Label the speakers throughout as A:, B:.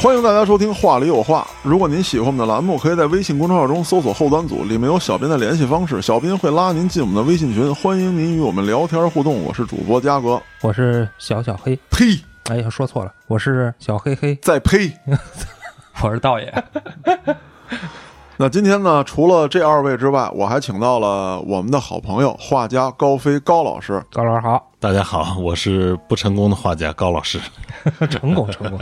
A: 欢迎大家收听《话里有话》。如果您喜欢我们的栏目，可以在微信公众号中搜索“后端组”，里面有小编的联系方式，小编会拉您进我们的微信群，欢迎您与我们聊天互动。我是主播嘉哥，
B: 我是小小黑，
A: 呸，
B: 哎呀，说错了，我是小黑黑，
A: 再呸。
C: 我是道爷，
A: 那今天呢，除了这二位之外，我还请到了我们的好朋友画家高飞高老师。
B: 高老师好，
D: 大家好，我是不成功的画家高老师。
B: 成功成功，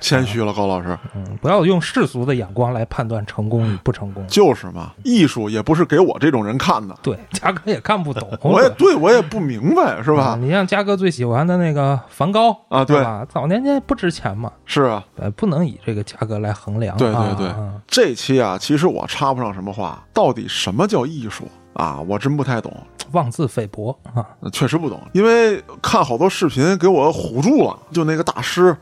A: 谦虚了，高老师
B: 嗯，不要用世俗的眼光来判断成功与不成功。
A: 就是嘛，艺术也不是给我这种人看的，
B: 对，嘉哥也看不 懂，
A: 我也对我也不明白，是
B: 是
A: 吧？
B: 你像嘉哥最喜欢的那个梵高
A: 啊对
B: 是吧？早年间不值钱嘛，
A: 是啊，
B: 呃，不能以这个价格来衡量啊。
A: 对对对
B: 啊
A: 这期啊，其实我插不上什么话，到底什么叫艺术啊？我真不太懂，
B: 妄自菲薄 啊，
A: 确实不懂，因为看好多视频给我唬住了。就那个大师，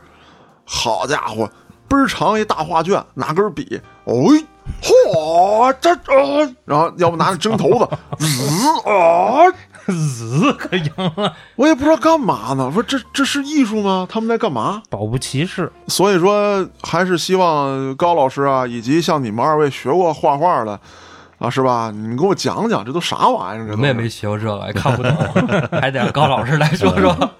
A: 好家伙，倍儿长一大画卷，拿根笔，哦，嚯，这啊，然后要不拿着针头子，滋啊，
B: 子可赢了，
A: 我也不知道干嘛呢。我说这这是艺术吗？他们在干嘛？
B: 保不齐是
A: 所以说，还是希望高老师啊，以及像你们二位学过画画的啊，是吧？你们给我讲讲，这都啥玩意儿？这
C: 我
A: 都
C: 们也没学过这个，也 看不懂，还得让高老师来说说。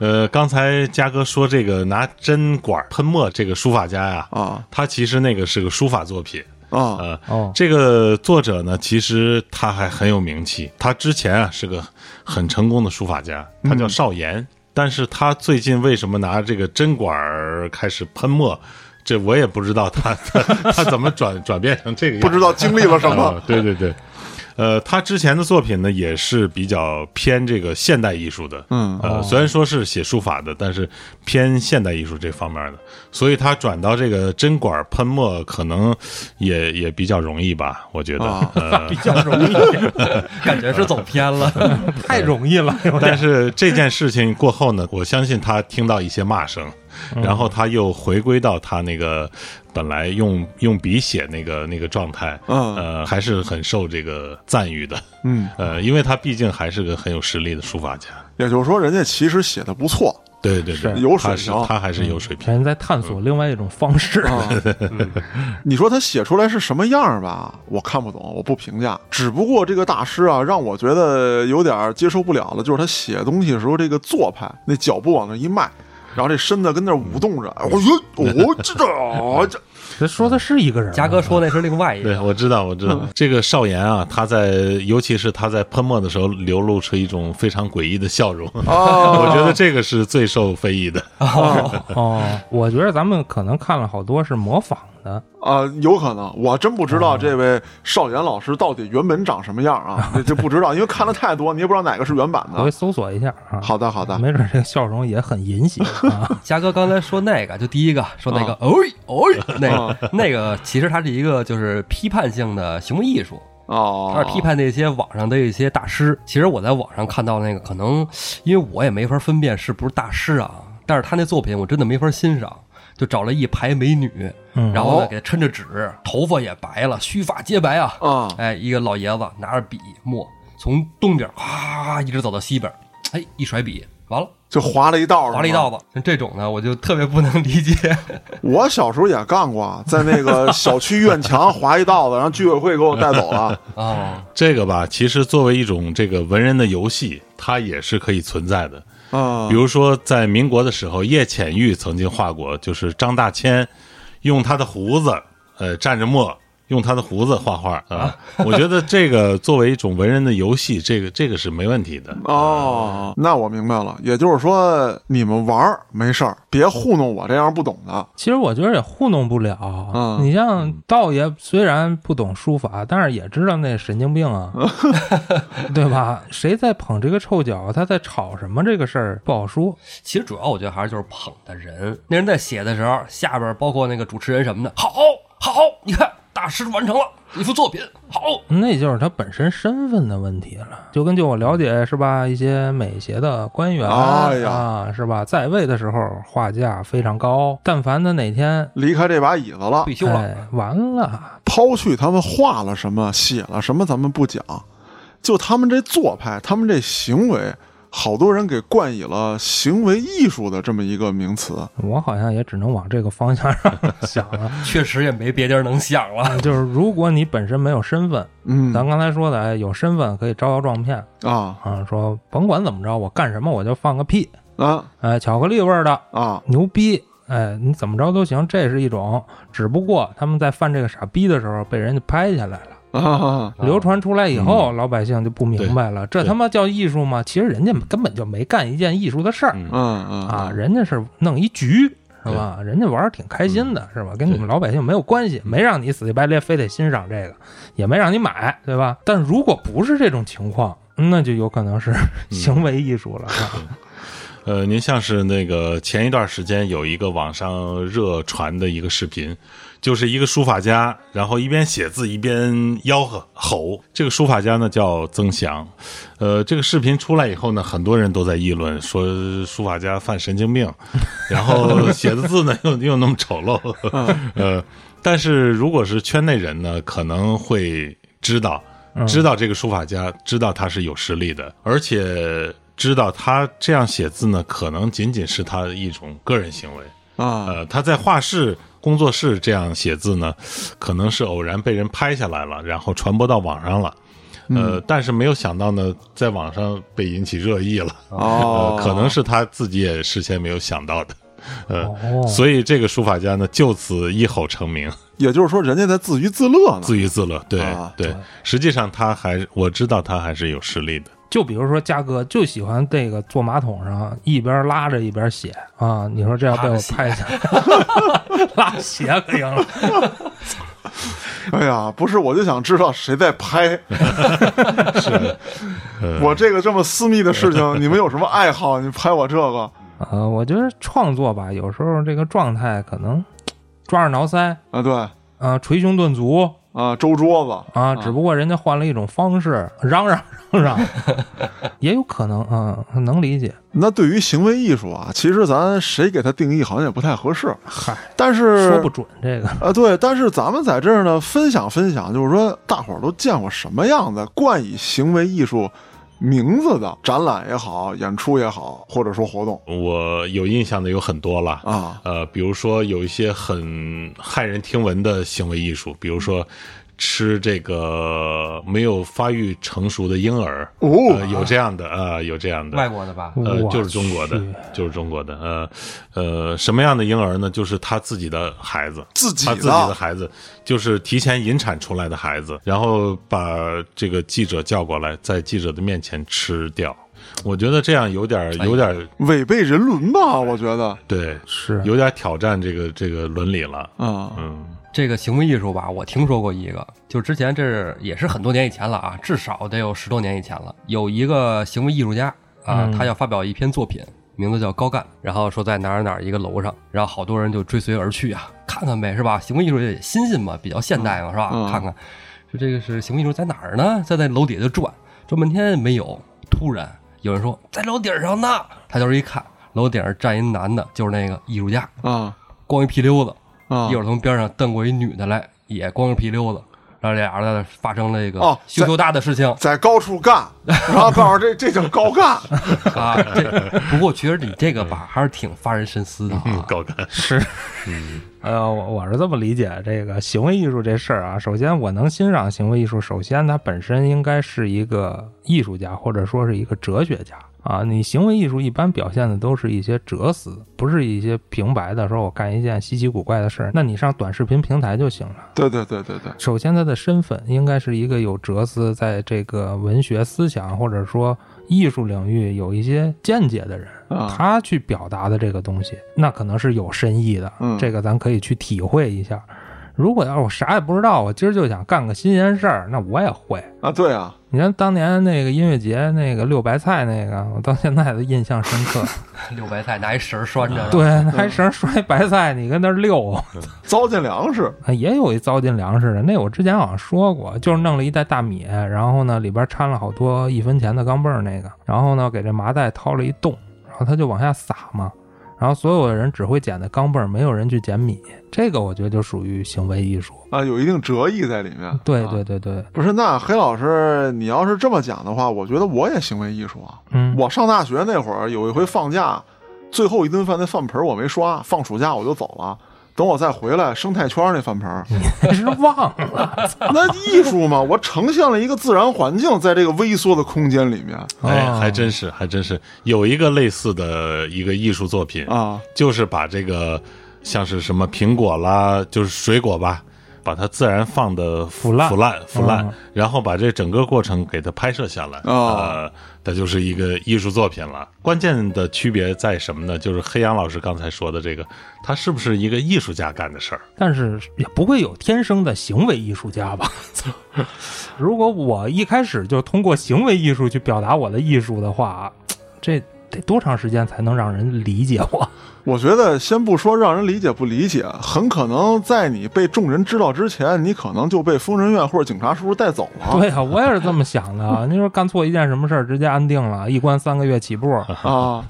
D: 呃，刚才嘉哥说这个拿针管喷墨这个书法家呀、
A: 啊
D: 他其实那个是个书法作品。
A: 啊
D: 呃，
B: 哦
D: 这个作者呢，其实他还很有名气，他之前啊是个很成功的书法家，他叫邵岩。但是他最近为什么拿这个针管儿开始喷墨？这我也不知道他他他怎么转转变成这个样子，
A: 不知道经历了什么
D: 啊对对对，呃，他之前的作品呢也是比较偏这个现代艺术的，
A: 嗯
D: 呃，虽然说是写书法的，但是偏现代艺术这方面的，所以他转到这个针管喷墨可能也也比较容易吧，我觉得。
A: 啊
D: 呃
B: 比较容易，
C: 感觉是走偏 了，
B: 太容易了，有
D: 但
B: 点
D: 是这件事情过后呢，我相信他听到一些骂声，
A: 嗯
D: 然后他又回归到他那个本来用用笔写那个那个状态，
A: 嗯
D: 呃，还是很受这个赞誉的。
A: 嗯，
D: 呃，因为他毕竟还是个很有实力的书法家。
A: 也就是说，人家其实写的不错，
D: 对对对，
A: 是有水
D: 他是
A: 平
D: 他还是有水平。
B: 人在探索另外一种方式。
C: 嗯
A: 啊，你说他写出来是什么样儿吧？我看不懂，我不评价。只不过这个大师啊，让我觉得有点接受不了了，就是他写东西的时候这个做派，那脚步往那一迈，然后这身子跟那儿舞动着，哎我哟，我这这这，
B: 这说的是一个人吗，
C: 嘉哥说的是另外一
D: 对，
C: 个，。
D: 我知道，我知道。这个邵岩啊，他在尤其是他在喷墨的时候，流露出一种非常诡异的笑容。
A: 啊，
D: 我觉得这个是最受非议的。
B: 哦， 我觉得咱们可能看了好多是模仿的，
A: 啊、有可能，我真不知道这位少岩老师到底原本长什么样啊，这这不知道，因为看了太多，你也不知道哪个是原版
B: 我会
A: 的。
B: 搜索一下啊。
A: 好的，好的，
B: 没准这个笑容也很淫邪啊
C: 嘉哥刚才说那个，就第一个说那个，哦哦，那个那个，其实它是一个就是批判性的行为艺术，
A: 哦，
C: 它是批判那些网上的一些大师。其实我在网上看到那个，可能因为我也没法分辨是不是大师啊，但是他那作品我真的没法欣赏。就找了一排美女，
B: 嗯
C: 然后
A: 哦
C: 呢给她抻着纸，头发也白了，须发皆白啊。
A: 啊
C: 哎，一个老爷子拿着笔墨，从东边啊一直走到西边，哎，一甩笔，完了
A: 就划了一道，
C: 划了一道。子。像这种呢，我就特别不能理解。
A: 我小时候也干过啊，在那个小区院墙划一道子，然后居委会给我带走了。
C: 啊，
D: 这个吧，其实作为一种这个文人的游戏，它也是可以存在的。
A: 啊
D: 比，如说，在民国的时候，叶浅玉曾经画过，就是张大千用他的胡子，呃，蘸着墨，用他的胡子画画啊。我觉得这个作为一种文人的游戏，这个这个是没问题的。
A: 哦，那我明白了，也就是说你们玩儿没事儿，别糊弄我这样不懂的。
B: 其实我觉得也糊弄不了。
A: 嗯
B: 你像道爷，虽然不懂书法，但是也知道那神经病 啊，对吧？谁在捧这个臭脚，他在吵什么这个事儿不好说。
C: 其实主要我觉得还是就是捧的人，那人在写的时候，下边包括那个主持人什么的，好好，你看大师完成了一幅作品，好。
B: 那就是他本身身份的问题了。就根据我了解，是吧？一些美协的官员、
A: 哎呀
B: 啊，是吧？在位的时候画价非常高，但凡他哪天
A: 离开这把椅子了
C: 退，休了，
B: 哎、完了，
A: 抛去他们画了什么、写了什么，咱们不讲，就他们这做派，他们这行为，好多人给冠以了行为艺术的这么一个名词。
B: 我好像也只能往这个方向上 想了。
C: 确实也没别地儿能想了。
B: 就是如果你本身没有身份，
A: 嗯
B: 咱刚才说的，哎，有身份可以招摇撞骗
A: 啊
B: 啊，说甭管怎么着，我干什么我就放个屁，
A: 啊
B: 哎，巧克力味儿的
A: 啊！
B: 牛逼，哎，你怎么着都行，这是一种。只不过他们在犯这个傻逼的时候被人家拍下来了。
A: 啊，
B: 流传出来以后，老百姓就不明白了，这
D: 嗯对
B: 他妈叫艺术吗？其实人家根本就没干一件艺术的事儿
D: 嗯
A: 嗯嗯
B: 啊，人家是弄一局是吧？人家玩儿挺开心
D: 嗯
B: 的是吧？跟你们老百姓没有关系，没让你死乞白赖非得欣赏这
D: 嗯
B: 个，也没让你买，对吧？但如果不是这种情况，那就有可能是
D: 嗯
B: 行为艺术了。
D: 呃，您像是那个前一段时间有一个网上热传的一个视频，就是一个书法家，然后一边写字一边吆喝吼。这个书法家呢叫曾祥，呃，这个视频出来以后呢，很多人都在议论说书法家犯神经病，然后写的字呢又又那么丑陋，呃，但是如果是圈内人呢，可能会知道。
B: 嗯
D: 知道这个书法家，知道他是有实力的，而且知道他这样写字呢，可能仅仅是他的一种个人行为。
A: 啊
D: 呃，他在画室、工作室这样写字呢，可能是偶然被人拍下来了，然后传播到网上了。呃，但是没有想到呢，在网上被引起热议了。
A: 哦
D: 呃，可能是他自己也事先没有想 到的。呃，
B: 哦
D: 所以这个书法家呢，就此一吼成名。
A: 也就是说，人家在自娱自乐呢。
D: 自娱自乐，对、
A: 啊
D: 对，实际上他还我知道他还是有实力的，
B: 就比如说，嘉哥就喜欢这个坐马桶上一边拉着一边写啊，你说这要被我拍下来， 拉鞋可行了。
A: 哎呀，不是，我就想知道谁在 拍。
D: 嗯
A: 我这个这么私密的事情，你们有什么爱好？你拍我这个
B: 呃，我觉得创作吧，有时候这个状态可能抓耳挠腮，
A: 啊？对
B: 啊，捶胸顿足
A: 啊，周桌子
B: 啊，只不过人家换了一种方式，嚷嚷嚷嚷， 也有可能啊，能理解。
A: 那对于行为艺术啊，其实咱谁给它定义好像也不太合适。
B: 嗨，
A: 但是
B: 说不准这个。
A: 啊，对，但是咱们在这儿呢，分享分享，就是说大伙儿都见过什么样的冠以行为艺术名字的展览也好，演出也好，或者说活动
D: 我有印象的有很多了。
A: 啊
D: 呃，比如说有一些很骇人听闻的行为艺术，比如
A: 嗯
D: 说吃这个没有发育成熟的婴儿，
A: 哦
D: 呃有这样的啊、呃有这样的，
C: 外国的吧？
D: 呃，
B: 我
D: 就是中国的
B: 去，
D: 就是中国的，呃，呃，什么样的婴儿呢？就是他自己的孩子，
A: 自己
D: 他
A: 的
D: 自己的孩子，就是提前引产出来的孩子，然后把这个记者叫过来，在记者的面前吃掉。我觉得这样有点
A: 哎
D: 儿，有点儿，
A: 违背人伦吧？我觉得
D: 对，
B: 是
D: 有点儿挑战这个这个伦理了。
A: 啊
D: 嗯，
C: 这个行为艺术吧，我听说过一个，就之前这是也是很多年以前了啊，至少得有十多年以前了。有一个行为艺术家啊
B: 嗯，
C: 他要发表一篇作品，名字叫《高干》，然后说在哪儿哪儿一个楼上，然后好多人就追随而去啊，看看呗，是吧？行为艺术也新鲜嘛，比较现代嘛，是吧？
A: 嗯
C: 看看，就这个是行为艺术在哪儿呢？在在楼底下就转，转半天也没有，突然有人说在楼顶上呢，他就是一看楼顶上站一男的，就是那个艺术家，
A: 啊
C: 光一屁溜子。
A: 啊
C: 一！会儿从边上瞪过一女的来，也光着皮溜子，然后俩人发生了一个
A: 哦
C: 羞羞答的事情、
A: 在高处干， 然后告诉这这叫高干
C: 啊。这不过其实你这个吧，还是挺发人深思的啊。
D: 高干，
B: 是，呃，我我是这么理解这个行为艺术这事儿啊。首先，我能欣赏行为艺术，首先它本身应该是一个艺术家，或者说是一个哲学家啊。你行为艺术一般表现的都是一些哲思，不是一些平白的说我干一件稀奇古怪的事儿，那你上短视频平台就行了。
A: 对对对对对，
B: 首先，他的身份应该是一个有哲思，在这个文学思想或者说艺术领域有一些见解的人，
A: 啊
B: 他去表达的这个东西，那可能是有深意的。
A: 嗯
B: 这个咱可以去体会一下。如果要是我啥也不知道，我今儿就想干个新鲜事儿，那我也会。
A: 啊对啊，
B: 你看当年那个音乐节那个六白菜那个，我到现在都印象深 刻。
C: 六白菜拿一绳儿拴着，
B: 对，拿绳摔白菜，你跟那儿溜。
A: 糟践粮食
B: 啊，也有一糟践粮食的，那我之前好像说过，就是弄了一袋大米，然后呢里边掺了好多一分钱的钢镚儿那个，然后呢给这麻袋掏了一洞，然后他就往下撒嘛，然后所有的人只会捡的钢镚儿，没有人去捡米，这个我觉得就属于行为艺术。
A: 啊，有一定折意在里面。
B: 对
A: 啊
B: 对对对，
A: 不是，那黑老师，你要是这么讲的话，我觉得我也行为艺术啊。
B: 嗯，
A: 我上大学那会儿有一回放假，最后一顿饭那饭盆我没刷，放暑假我就走了。等我再回来，生态圈那饭盆 儿，
B: 是忘了。
A: 那艺术嘛，我呈现了一个自然环境，在这个微缩的空间里面
D: 哎，
B: 哦
D: 还真是，还真是有一个类似的一个艺术作品，
A: 啊，
D: 就是把这个像是什么苹果啦，就是水果吧，把它自然放的腐
B: 烂
D: 腐烂、腐烂
B: 嗯，
D: 然后把这整个过程给它拍摄下来，
A: 哦
D: 呃，它就是一个艺术作品了。关键的区别在什么呢？就是黑羊老师刚才说的这个，他是不是一个艺术家干的事儿？
B: 但是也不会有天生的行为艺术家吧？ 如果我一开始就通过行为艺术去表达我的艺术的话，这得多长时间才能让人理解我？
A: 我觉得先不说让人理解不理解，很可能在你被众人知道之前，你可能就被疯人院或者警察叔叔带走了。
B: 对啊，我也是这么想 的。啊你说干错一件什么事儿，直接安定了，一关三个月起步。
A: 啊，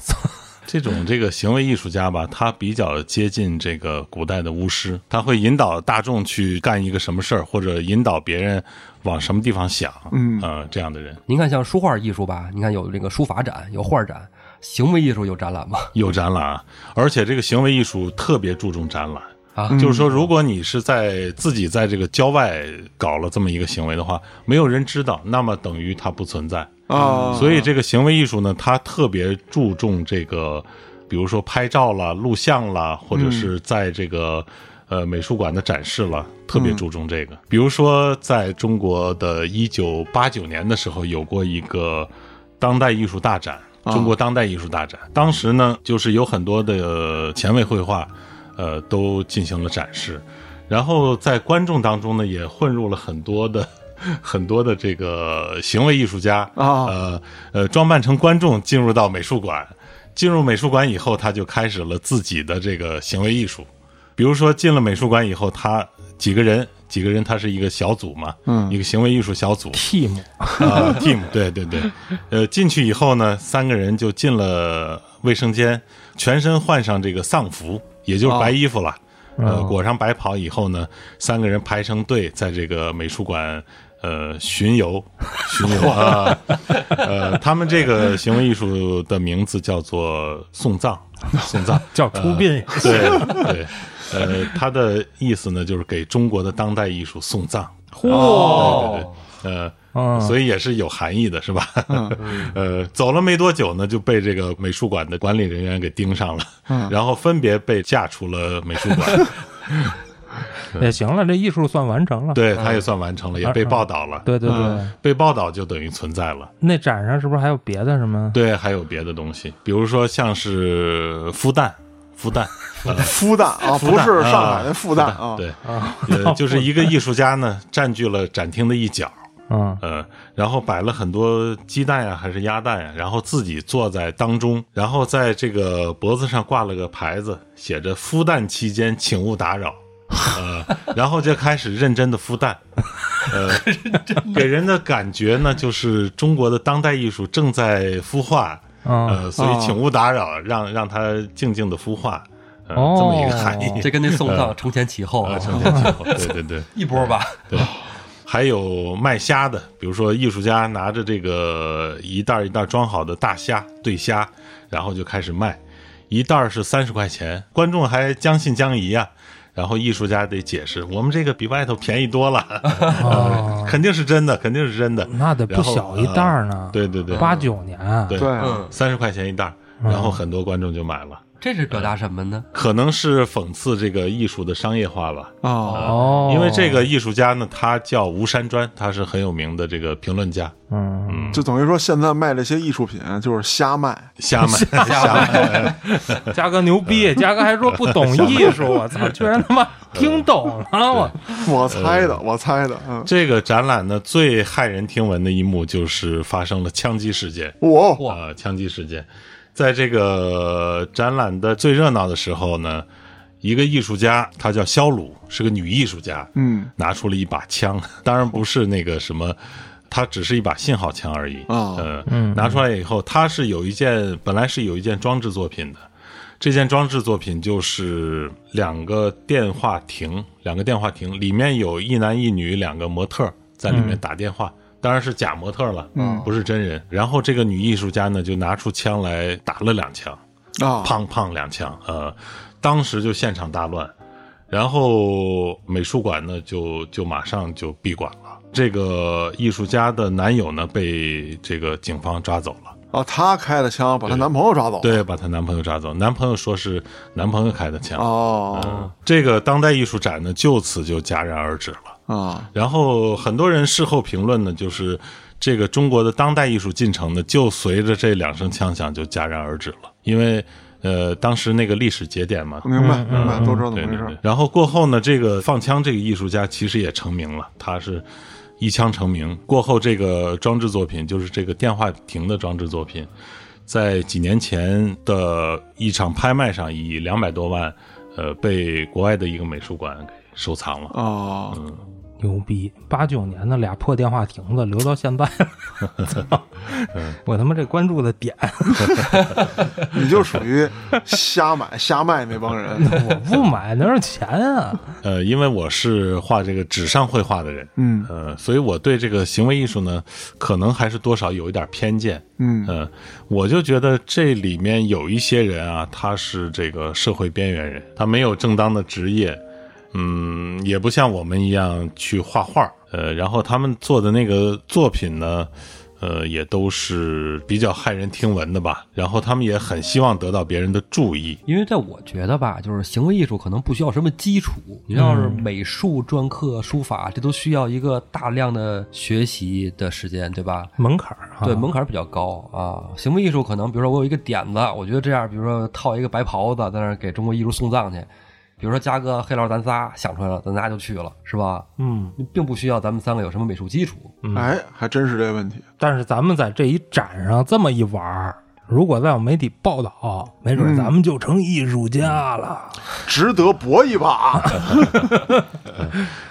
D: 这种这个行为艺术家吧，他比较接近这个古代的巫师，他会引导大众去干一个什么事儿，或者引导别人往什么地方想，
A: 嗯
D: 呃，这样的人
C: 您看，像书画艺术吧，你看有这个书法展，有画展，行为艺术有展览吗？
D: 有展览，而且这个行为艺术特别注重展览。
C: 啊
D: 就是说，如果你是在自己在这个郊外搞了这么一个行为的话，没有人知道，那么等于它不存在。
A: 啊，
D: 嗯所以这个行为艺术呢，它特别注重这个，比如说拍照啦、录像啦，或者是在这个、呃美术馆的展示啦，特别注重这个。比如说，在中国的一九八九年的时候，有过一个当代艺术大展，中国当代艺术大展。当时呢，就是有很多的呃前卫绘画，呃，都进行了展示。然后在观众当中呢，也混入了很多的 很多的这个行为艺术家
A: 啊
D: 呃呃，装扮成观众进入到美术馆。进入美术馆以后，他就开始了自己的这个行为艺术。比如说，进了美术馆以后，他几个人，几个人，他是一个小组嘛，嗯，一个行为艺术小组
B: team
D: 啊、t e a m 对对对，呃，进去以后呢，三个人就进了卫生间，全身换上这个丧服，也就是白衣服了。呃，裹上白袍以后呢，三个人排成队，在这个美术馆呃巡游，巡游啊，呃，他们这个行为艺术的名字叫做送葬，送葬，
B: 叫出殡，
D: 对对，呃，它的意思呢，就是给中国的当代艺术送葬，
B: 嚯，
D: 对对对，呃。
B: 嗯，
D: 所以也是有含义的，是吧？
A: 嗯
D: 呃，走了没多久呢，就被这个美术馆的管理人员给盯上了，
A: 嗯
D: 然后分别被架出了美术 馆。
B: 也行了，这艺术算完成了。
A: 嗯
D: 对，他也算完成了，也被报道了。
B: 嗯
D: 嗯
B: 对对对，
D: 被报道就等于存在了。
B: 那展上是不是还有别的什么？
D: 对，还有别的东西，比如说像是孵蛋，孵蛋，呃
A: 复旦啊，
D: 复
A: 不
D: 旦
A: 是上海
D: 啊
A: 那复旦啊，
D: 对，呃，就是一个艺术家呢，占据了展厅的一角。
B: 嗯，
D: 呃，然后摆了很多鸡蛋呀、还是鸭蛋呀、然后自己坐在当中，然后在这个脖子上挂了个牌子，写着“孵蛋期间请勿打 扰”，呃，然后就开始认真的孵蛋， 呃，给人的感觉呢，就是中国的当代艺术正在孵化，
B: 嗯
D: 呃，所以请勿打扰，让让它静静的孵化，呃，
B: 哦
D: 这么一个含义，
C: 这跟那送葬承前启后啊
D: 呃，承前启后，对对对。
C: 一波吧。
D: 对，还有卖虾的，比如说艺术家拿着这个一袋儿一袋儿装好的大虾、对虾，然后就开始卖，一袋儿是三十块钱，观众还将信将疑啊。然后艺术家得解释，我们这个比外头便宜多了，
B: 哦，
D: 肯定是真的，肯定是真的。
B: 那得不小一袋儿呢。
D: 对对对，
B: 八九年，
D: 对
A: 对，
C: 嗯，
D: 三十块钱一袋儿，然后很多观众就买了，
C: 这是表达什么呢？
D: 可能是讽刺这个艺术的商业化吧。
A: 啊，
B: 哦，
D: 因为这，个艺术家呢，他叫吴山砖，他是很有名的这个评论家。
B: 嗯，
A: 就等于说现在卖这些艺术品就是瞎卖，
D: 瞎买，瞎买，嗯
B: 嘉哥牛
D: 呃
B: 逼，嘉哥还说不懂艺术，我 操， 居然他妈听懂了，我
A: 我猜的，我猜的，嗯，
D: 这个展览呢，最骇人听闻的一幕就是发生了枪击事件。
A: 我
D: 啊、枪击事件，在这个展览的最热闹的时候呢，一个艺术家，她叫肖鲁，是个女艺术家，
A: 嗯，
D: 拿出了一把枪，当然不是那个什么。它只是一把信号枪而已
A: 啊
D: 呃，拿出来以后，它是有一件本来是有一件装置作品的，这件装置作品就是两个电话亭，两个电话亭里面有一男一女两个模特在里面打电话，当然是假模特了，
A: 嗯
D: 不是真人。然后这个女艺术家呢，就拿出枪来打了两枪，
A: 啊，
D: 砰砰两枪，呃，当时就现场大乱，然后美术馆呢就就马上就闭馆了。这个艺术家的男友呢被这个警方抓走了，
A: 啊，她开的枪把她男朋友抓走，，
D: 对，把她男朋友抓走，男朋友说是男朋友开的枪。嗯
A: 哦
D: 这个当代艺术展呢就此就戛然而止了。
A: 啊，
D: 然后很多人事后评论呢，就是这个中国的当代艺术进程呢，就随着这两声枪响就戛然而止了，因为呃当时那个历史节点嘛，
A: 明白明白，都知道怎
D: 对
A: 么回
D: 对
A: 事
D: 嗯对
A: 儿。。
D: 然后过后呢，这个放枪这个艺术家其实也成名了，他是一枪成名。过后这个装置作品就是这个电话亭的装置作品，在几年前的一场拍卖上以两百多万，呃，被国外的一个美术馆给收藏了。
A: 哦，
D: 嗯
B: 牛逼！八九年的俩破电话亭子留到现在 了，操我他妈这关注的点，。
A: 你就属于瞎买瞎卖那帮人
B: 我 不买那是钱啊！
D: 呃，因为我是画这个纸上绘画的人，
A: 嗯
D: 呃，所以我对这个行为艺术呢，可能还是多少有一点偏见。
A: 嗯
D: 嗯，我就觉得这里面有一些人啊，他是这个社会边缘人，他没有正当的职业，嗯，也不像我们一样去画画，呃，然后他们做的那个作品呢，呃，也都是比较骇人听闻的吧，然后他们也很希望得到别人的注意，
C: 因为在我觉得吧，就是行为艺术可能不需要什么基础，你要
B: 嗯
C: 是美术专科、书法，这都需要一个大量的学习的时间，对吧？
B: 门槛儿啊，
C: 对，门槛儿比较高啊。行为艺术可能，比如说我有一个点子，我觉得这样，比如说套一个白袍子在那儿给中国艺术送葬去，比如说嘉哥、黑老师，咱仨想出来了，咱仨就去了，是吧？
B: 嗯，
C: 并不需要咱们三个有什么美术基础。
D: 嗯
A: 哎，还真是这问题。
B: 但是咱们在这一展上这么一玩儿，如果再有媒体报道，没准
A: 嗯
B: 咱们就成艺术家了。
A: 值得搏一 把。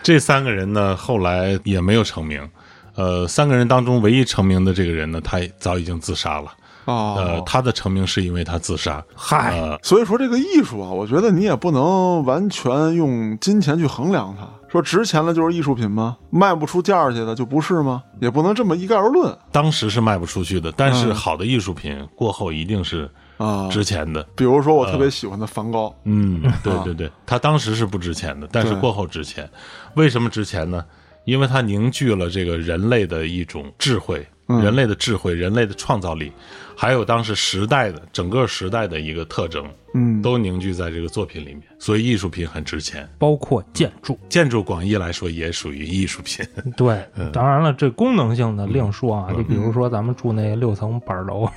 D: 这三个人呢，后来也没有成名。呃，三个人当中唯一成名的这个人呢，他早已经自杀了。呃，
A: 哦，
D: 他的成名是因为他自杀。
B: 嗨、
D: 呃，
A: 所以说这个艺术啊，我觉得你也不能完全用金钱去衡量它。说值钱的就是艺术品吗？卖不出价儿去的就不是吗？也不能这么一概而论
D: 当时是卖不出去的，但是
A: 嗯
D: 好的艺术品过后一定是
A: 啊。
D: 值钱的。
A: 比如说我特别喜欢的梵高，
D: 嗯，对对对，他当时是不值钱的，但是
A: 对
D: 过后值钱。为什么值钱呢？因为它凝聚了这个人类的一种智慧，
A: 嗯
D: 人类的智慧，人类的创造力，还有当时时代的整个时代的一个特征，
A: 嗯，
D: 都凝聚在这个作品里面。所以艺术品很值钱，
B: 包括建筑，
D: 建筑广义来说也属于艺术品。
B: 对，当然了，这功能性的另说啊，就比如说咱们住那六层板儿楼，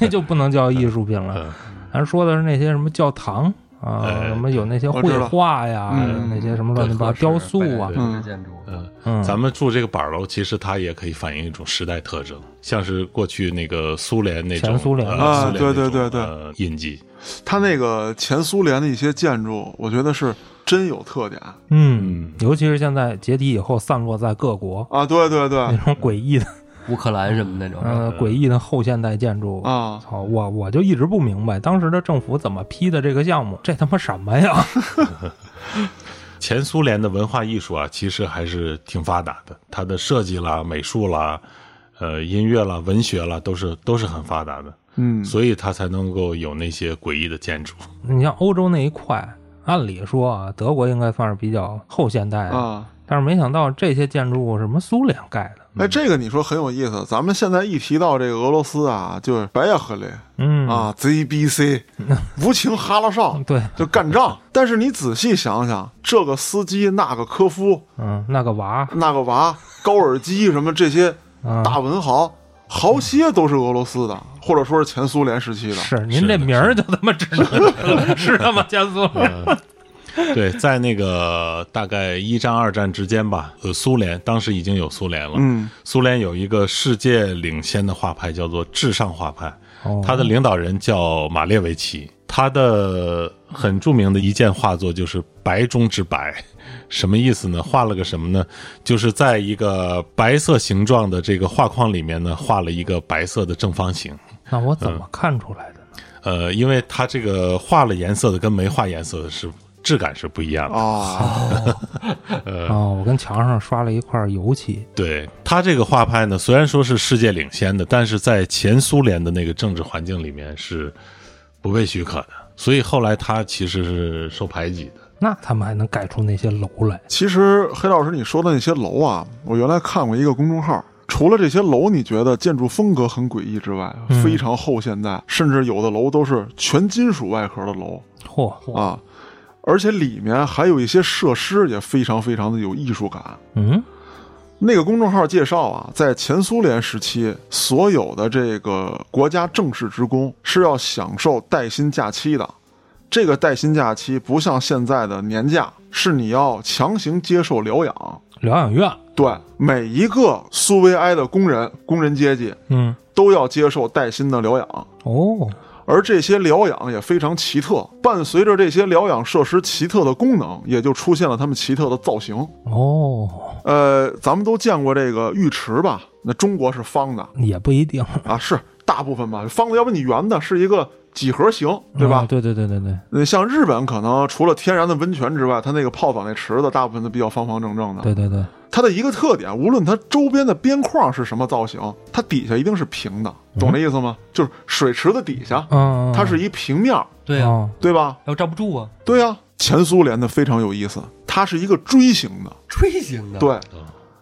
B: 那就不能叫艺术品了。咱说的是那些什么教堂啊，
D: 哎
B: 什么有那些
A: 我
B: 绘
A: 知道
B: 画呀，
A: 嗯
B: 那些什么乱七八糟雕塑啊，
C: 对是建筑。
B: 嗯，
D: 咱们住这个板儿楼，其实它也可以反映一种时代特征，像是过去那个苏联那种
B: 前苏联
D: 呃
A: 啊
D: 苏联
A: 对对
D: 那种
A: 对对
D: 呃印记。
A: 他那个前苏联的一些建筑，我觉得是真有特点
B: 嗯，尤其是现在解体以后散落在各国
A: 啊。对对对
D: 嗯
B: 那，种诡异的
C: 乌克兰什么那种，
B: 呃诡异的后现代建筑。
A: 啊，
B: 操，我我就一直不明白当时的政府怎么批的这个项目，这他妈什么呀？
D: 前苏联的文化艺术啊，其实还是挺发达的，它的设计啦、美术啦、呃音乐啦、文学啦，都是都是很发达的，
A: 嗯
D: 所以它才能够有那些诡异的建筑。
B: 你像欧洲那一块，按理说啊，德国应该算是比较后现代的，
D: 嗯
A: 啊。
B: 但是没想到这些建筑物什么苏联盖的，
A: 哎，这个你说很有意思。咱们现在一提到这个俄罗斯啊，就是白夜黑嘞
B: 嗯，
A: 啊，ZBC，无 情哈拉少，
B: 对，
A: 就干仗。但是你仔细想想，这个司机、那个科夫、
B: 嗯，那个娃，
A: 那个娃、高尔基什么这些
B: 嗯、
A: 大文豪，好些都是俄罗斯的，或者说是前苏联时期的。
B: 是您这名儿就他妈知道 是他妈加苏联，
D: 对，在那个大概一战、二战之间吧，呃，苏联当时已经有苏联了，
A: 嗯，
D: 苏联有一个世界领先的画派，叫做至上画派，
B: 哦
D: 它的领导人叫马列维奇。他的很著名的一件画作就是“白中之白”，什么意思呢？画了个什么呢？就是在一个白色形状的这个画框里面呢，画了一个白色的正方形。
B: 那我怎么看出来的呢？
D: 呃，因为它这个画了颜色的跟没画颜色的是质感是不一样的。
A: 啊，
B: 啊、我跟墙上刷了一块油漆，
D: 对它这个画派呢，虽然说是世界领先的，但是在前苏联的那个政治环境里面是不被许可的，所以后来它其实是受排挤的。
B: 那他们还能盖出那些楼来？
A: 其实黑老师你说的那些楼啊，我原来看过一个公众号。除了这些楼，你觉得建筑风格很诡异之外，
B: 嗯
A: 非常后现代，甚至有的楼都是全金属外壳的楼
B: 嚯、
A: 啊，而且里面还有一些设施也非常非常的有艺术感。
B: 嗯，
A: 那个公众号介绍啊，在前苏联时期，所有的这个国家正式职工是要享受带薪假期的。这个带薪假期不像现在的年假，是你要强行接受疗养。
B: 疗养院，
A: 对，每一个苏维埃的工人、工人阶级
B: 嗯，
A: 都要接受带薪的疗养。
B: 哦，
A: 而这些疗养也非常奇特，伴随着这些疗养设施奇特的功能，也就出现了他们奇特的造型。
B: 哦，
A: 呃，咱们都见过这个浴池吧？那中国是方的，
B: 也不一定，
A: 啊，是大部分吧，方的，要不你圆的，是一个几何形，对吧
B: 嗯？对对对对对
A: 呃、像日本可能除了天然的温泉之外，它那个泡澡那池子大部分都比较方方正正的。
B: 对对对，
A: 它的一个特点，无论它周边的边框是什么造型，它底下一定是平的，懂这意思吗？就是水池子底下，
B: 嗯，
A: 它是一平面儿，
C: 对呀、
B: 哦
A: 对吧？
C: 要站不住啊，
A: 对呀、前苏联的非常有意思，它是一个锥形的，
C: 锥形的，，
A: 对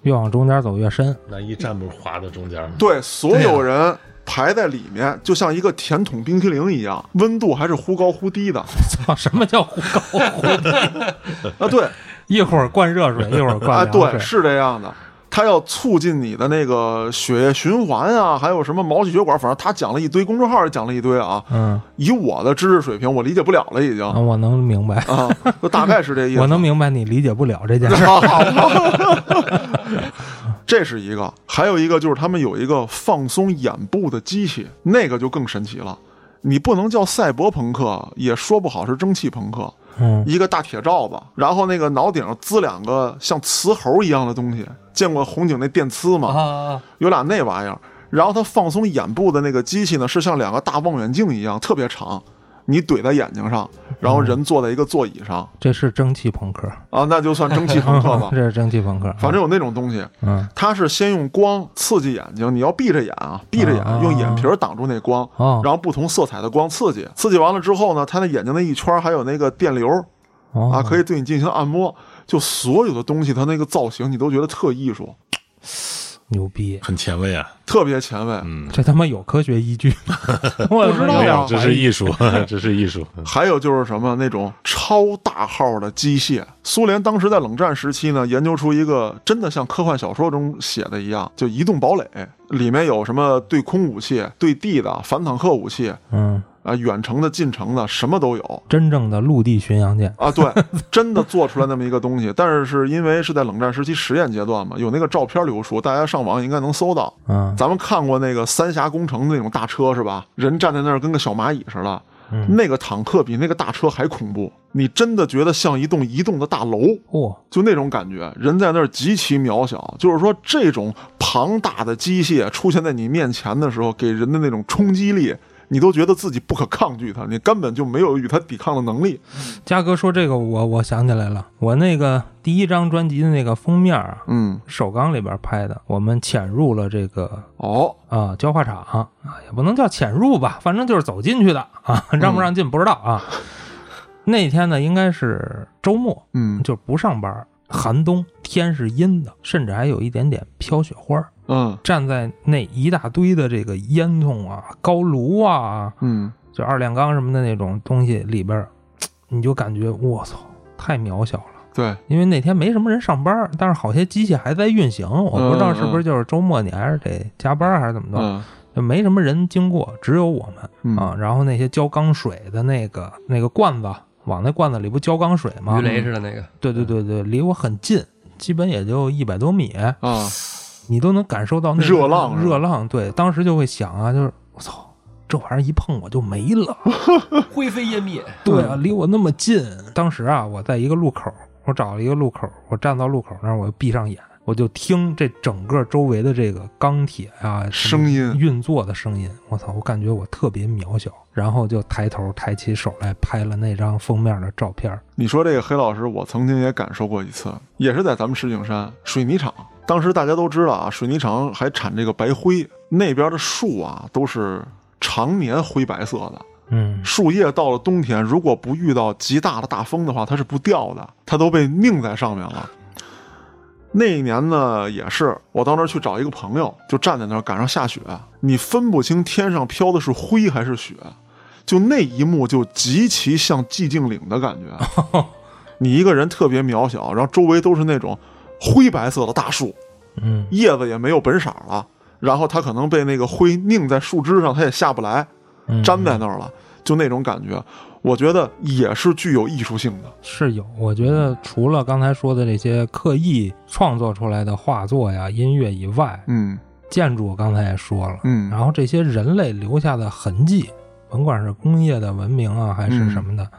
B: 越往中间走越深，
D: 那一站不是滑到中间吗？
A: 对，啊所有人。排在里面，就像一个甜筒冰淇淋一样，温度还是忽高忽低的。
B: 操，什么叫忽高忽低？
A: 啊，对，
B: 一会儿灌热水，一会儿
A: 啊，
B: 灌凉
A: 对，
B: 水，
A: 是这样的。它要促进你的那个血液循环啊，还有什么毛细血管，反正他讲了一堆，公众号也讲了一堆啊。
B: 嗯，
A: 以我的知识水平，我理解不了了，已经
B: 啊，我能明白，
A: 啊，就大概是这 意思。
B: 我能明白你理解不了这件事。
A: 好好吧 这是一个，还有一个就是他们有一个放松眼部的机器，那个就更神奇了。你不能叫赛博朋克，也说不好是蒸汽朋克，
B: 嗯，
A: 一个大铁罩子，然后那个脑顶上呲两个像磁猴一样的东西，见过红警那电磁吗？
C: 啊，
A: 有俩那玩意儿。然后它放松眼部的那个机器呢，是像两个大望远镜一样，特别长，你怼在眼睛上，然后人坐在一个座椅上
B: 这是蒸汽朋克，。
A: 啊，那就算蒸汽朋克吧
B: 这是蒸汽朋克，
A: 反正有那种东西，
B: 嗯，
A: 它是先用光刺激眼睛，你要闭着眼啊，闭着
B: 啊
A: 眼用眼皮儿挡住那光，
B: 哦
A: 然后不同色彩的光刺激，刺激完了之后呢，它那眼睛那一圈儿还有那个电流，
B: 哦
A: 啊，可以对你进行按摩。就所有的东西，它那个造型你都觉得特艺术，
B: 牛逼，
D: 很前卫啊，
A: 特别前卫。
D: 嗯，
B: 这他妈有科学依据 吗？我
A: 不知道
D: 没
A: 啊
D: 有，这是艺术， 这是艺术。
A: 还有就是什么那种超大号的机械，苏联当时在冷战时期呢，研究出一个真的像科幻小说中写的一样，就移动堡垒，里面有什么对空武器、对地的反坦克武器
B: 嗯，
A: 啊，远程的、近程的，什么都有。
B: 真正的陆地巡洋舰，
A: 啊，对，真的做出来那么一个东西，但是是因为是在冷战时期实验阶段嘛，有那个照片流出，大家上网应该能搜到。
B: 嗯，
A: 咱们看过那个三峡工程那种大车是吧？人站在那儿跟个小蚂蚁似的，
B: 嗯
A: 那个坦克比那个大车还恐怖，你真的觉得像一栋移动的大楼，
B: 嚯，
A: 就那种感觉，人在那儿极其渺小。就是说，这种庞大的机械出现在你面前的时候，给人的那种冲击力。你都觉得自己不可抗拒它，你根本就没有与它抵抗的能力。
B: 嘉哥说这个，我我想起来了，我那个第一张专辑的那个封面啊，
A: 嗯，
B: 首钢里边拍的，我们潜入了这个
A: 哦，
B: 啊，焦化厂啊，也不能叫潜入吧，反正就是走进去的啊，让不让进不知道啊。那天呢，应该是周末，
A: 嗯
B: 就不上班，寒冬，天是阴的，甚至还有一点点飘雪花儿。
A: 嗯
B: 站在那一大堆的这个烟囱啊、高炉啊、
A: 嗯，
B: 就二炼钢什么的那种东西里边儿，你就感觉我操，太渺小了。
A: 对，
B: 因为那天没什么人上班儿，但是好些机器还在运行，我不知道是不是就是周末你还是得加班儿还是怎么着。
A: 嗯
B: 就没什么人经过，只有我们、
A: 嗯
B: 啊。然后那些浇钢水的那个那个罐子，往那罐子里不浇钢水吗？
C: 鱼雷似 的那个，
B: 对对对对，离我很近，基本也就一百多米，
A: 啊，
B: 你都能感受到那个
A: 热浪是吧
B: 热浪。对，当时就会想啊，就是我操，这玩意儿一碰我就没了。
C: 灰飞烟灭，
B: 对啊，离我那么近。当时啊，我在一个路口，我找了一个路口，我站到路口那儿，我就闭上眼，我就听这整个周围的这个钢铁啊什么
A: 声音
B: 运作的声音，我操，我感觉我特别渺小，然后就抬头抬起手来拍了那张封面的照片儿。
A: 你说这个黑老师，我曾经也感受过一次，也是在咱们石景山水泥厂。当时大家都知道啊，水泥厂还产这个白灰，那边的树啊都是常年灰白色的，
B: 嗯，
A: 树叶到了冬天，如果不遇到极大的大风的话，它是不掉的，它都被拧在上面了。那一年呢，也是我到那儿去找一个朋友，就站在那儿赶上下雪，你分不清天上飘的是灰还是雪，就那一幕就极其像寂静岭的感觉。你一个人特别渺小，然后周围都是那种灰白色的大树，
B: 嗯，
A: 叶子也没有本色了，然后它可能被那个灰拧在树枝上，它也下不来。
B: 嗯
A: 粘在那儿了，就那种感觉，我觉得也是具有艺术性的。
B: 是有，我觉得除了刚才说的这些刻意创作出来的画作呀、音乐以外，
A: 嗯
B: 建筑我刚才也说了，
A: 嗯
B: 然后这些人类留下的痕迹，甭管是工业的文明啊，还
A: 嗯
B: 是什么的，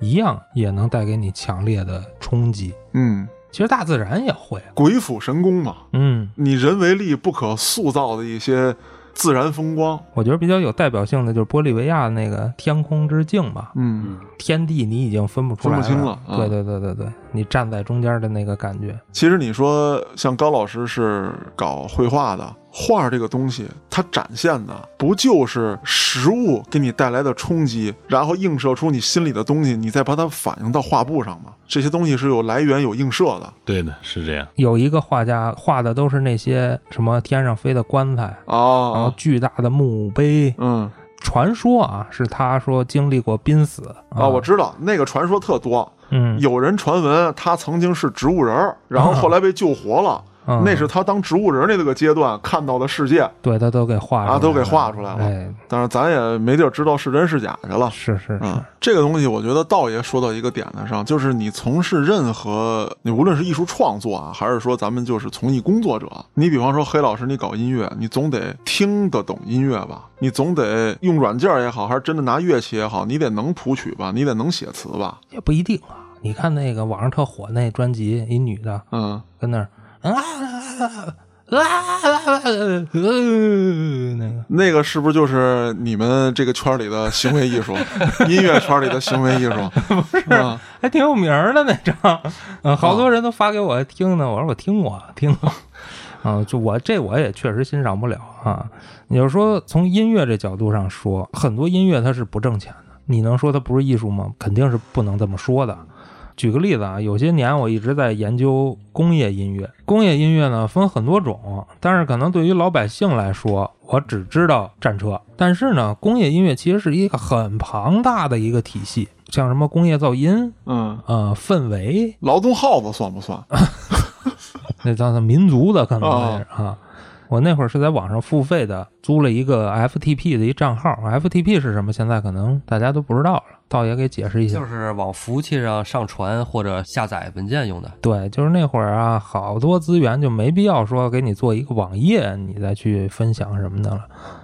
B: 一样也能带给你强烈的冲击。
A: 嗯，
B: 其实大自然也会，啊
A: 鬼斧神工嘛，
B: 嗯，
A: 你人为力不可塑造的一些自然风光。
B: 我觉得比较有代表性的就是玻利维亚那个天空之镜吧，
A: 嗯，
B: 天地你已经分不出来
A: 分不清了啊
B: 对对对对对，你站在中间的那个感觉，
A: 其实你说像高老师是搞绘画的，画这个东西，它展现的不就是实物给你带来的冲击，然后映射出你心里的东西，你再把它反映到画布上吗？这些东西是有来源、有映射的
D: 对的，是这样。
B: 有一个画家画的都是那些什么天上飞的棺材，然后
A: 哦。
B: 巨大的墓碑。
A: 嗯
B: 传说啊，是他说经历过濒死
A: 啊，我知道那个传说特多，
B: 嗯，
A: 有人传闻他曾经是植物人儿，然后后来被救活了，
B: 嗯
A: 那是他当植物人儿那个阶段看到的世界。
B: 对他都给画出来
A: 啊都给画出来了
B: 哎，
A: 但是咱也没地儿知道是真是假去了。
B: 是是是，
A: 嗯，这个东西我觉得道爷说到一个点子上，就是你从事任何，你无论是艺术创作啊，还是说咱们就是从艺工作者，你比方说黑老师，你搞音乐，你总得听得懂音乐吧，你总得用软件儿也好，还是真的拿乐器也好，你得能谱曲吧，你得能写词吧，
B: 也不一定啊。你看那个网上特火那专辑，一女的
A: 嗯，
B: 跟那儿啊啊啊啊，那个
A: 那个是不是就是你们这个圈里的行为 艺术，音乐圈里的行为艺术？不是、 啊，
B: 还挺有名儿的那张，嗯，好多人都发给我听呢。我说我听过，听过。啊，就我这我也确实欣赏不了啊。你要说从音乐这角度上说，很多音乐它是不挣钱的，你能说它不是艺术吗？肯定是不能这么说的。举个例子啊，有些年我一直在研究工业音乐。工业音乐呢分很多种，但是可能对于老百姓来说，我只知道战车。但是呢，工业音乐其实是一个很庞大的一个体系，像什么工业噪音、
A: 嗯，
B: 呃氛围，
A: 劳动号子算不算？
B: 那叫做民族的可能是啊。我那会儿是在网上付费的，租了一个 FTP 的一账号。FTP 是什么？现在可能大家都不知道了，道爷给解释一下
C: 就。是往服务器上上传或者下载文件用的。
B: 对，就是那会儿啊，好多资源就没必要说给你做一个网页，你再去分享什么的了。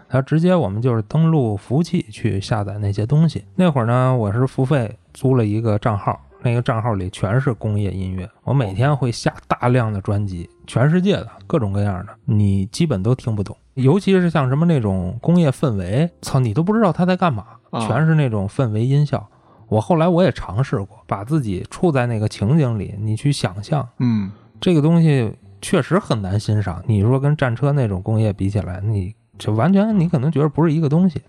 B: 它直接我们就是登录服务器去下载那些东西。那会儿呢，我是付费租了一个账号，那个账号里全是工业音乐，我每天会下大量的专辑，全世界的各种各样的，你基本都听不懂。尤其是像什么那种工业氛围，操，你都不知道他在干嘛，
A: 啊
B: 全是那种氛围音效。我后来我也尝试过，把自己处在那个情景里，你去想象
A: 嗯，
B: 这个东西确实很难欣赏。你说跟战车那种工业比起来，你就完全你可能觉得不是一个东西。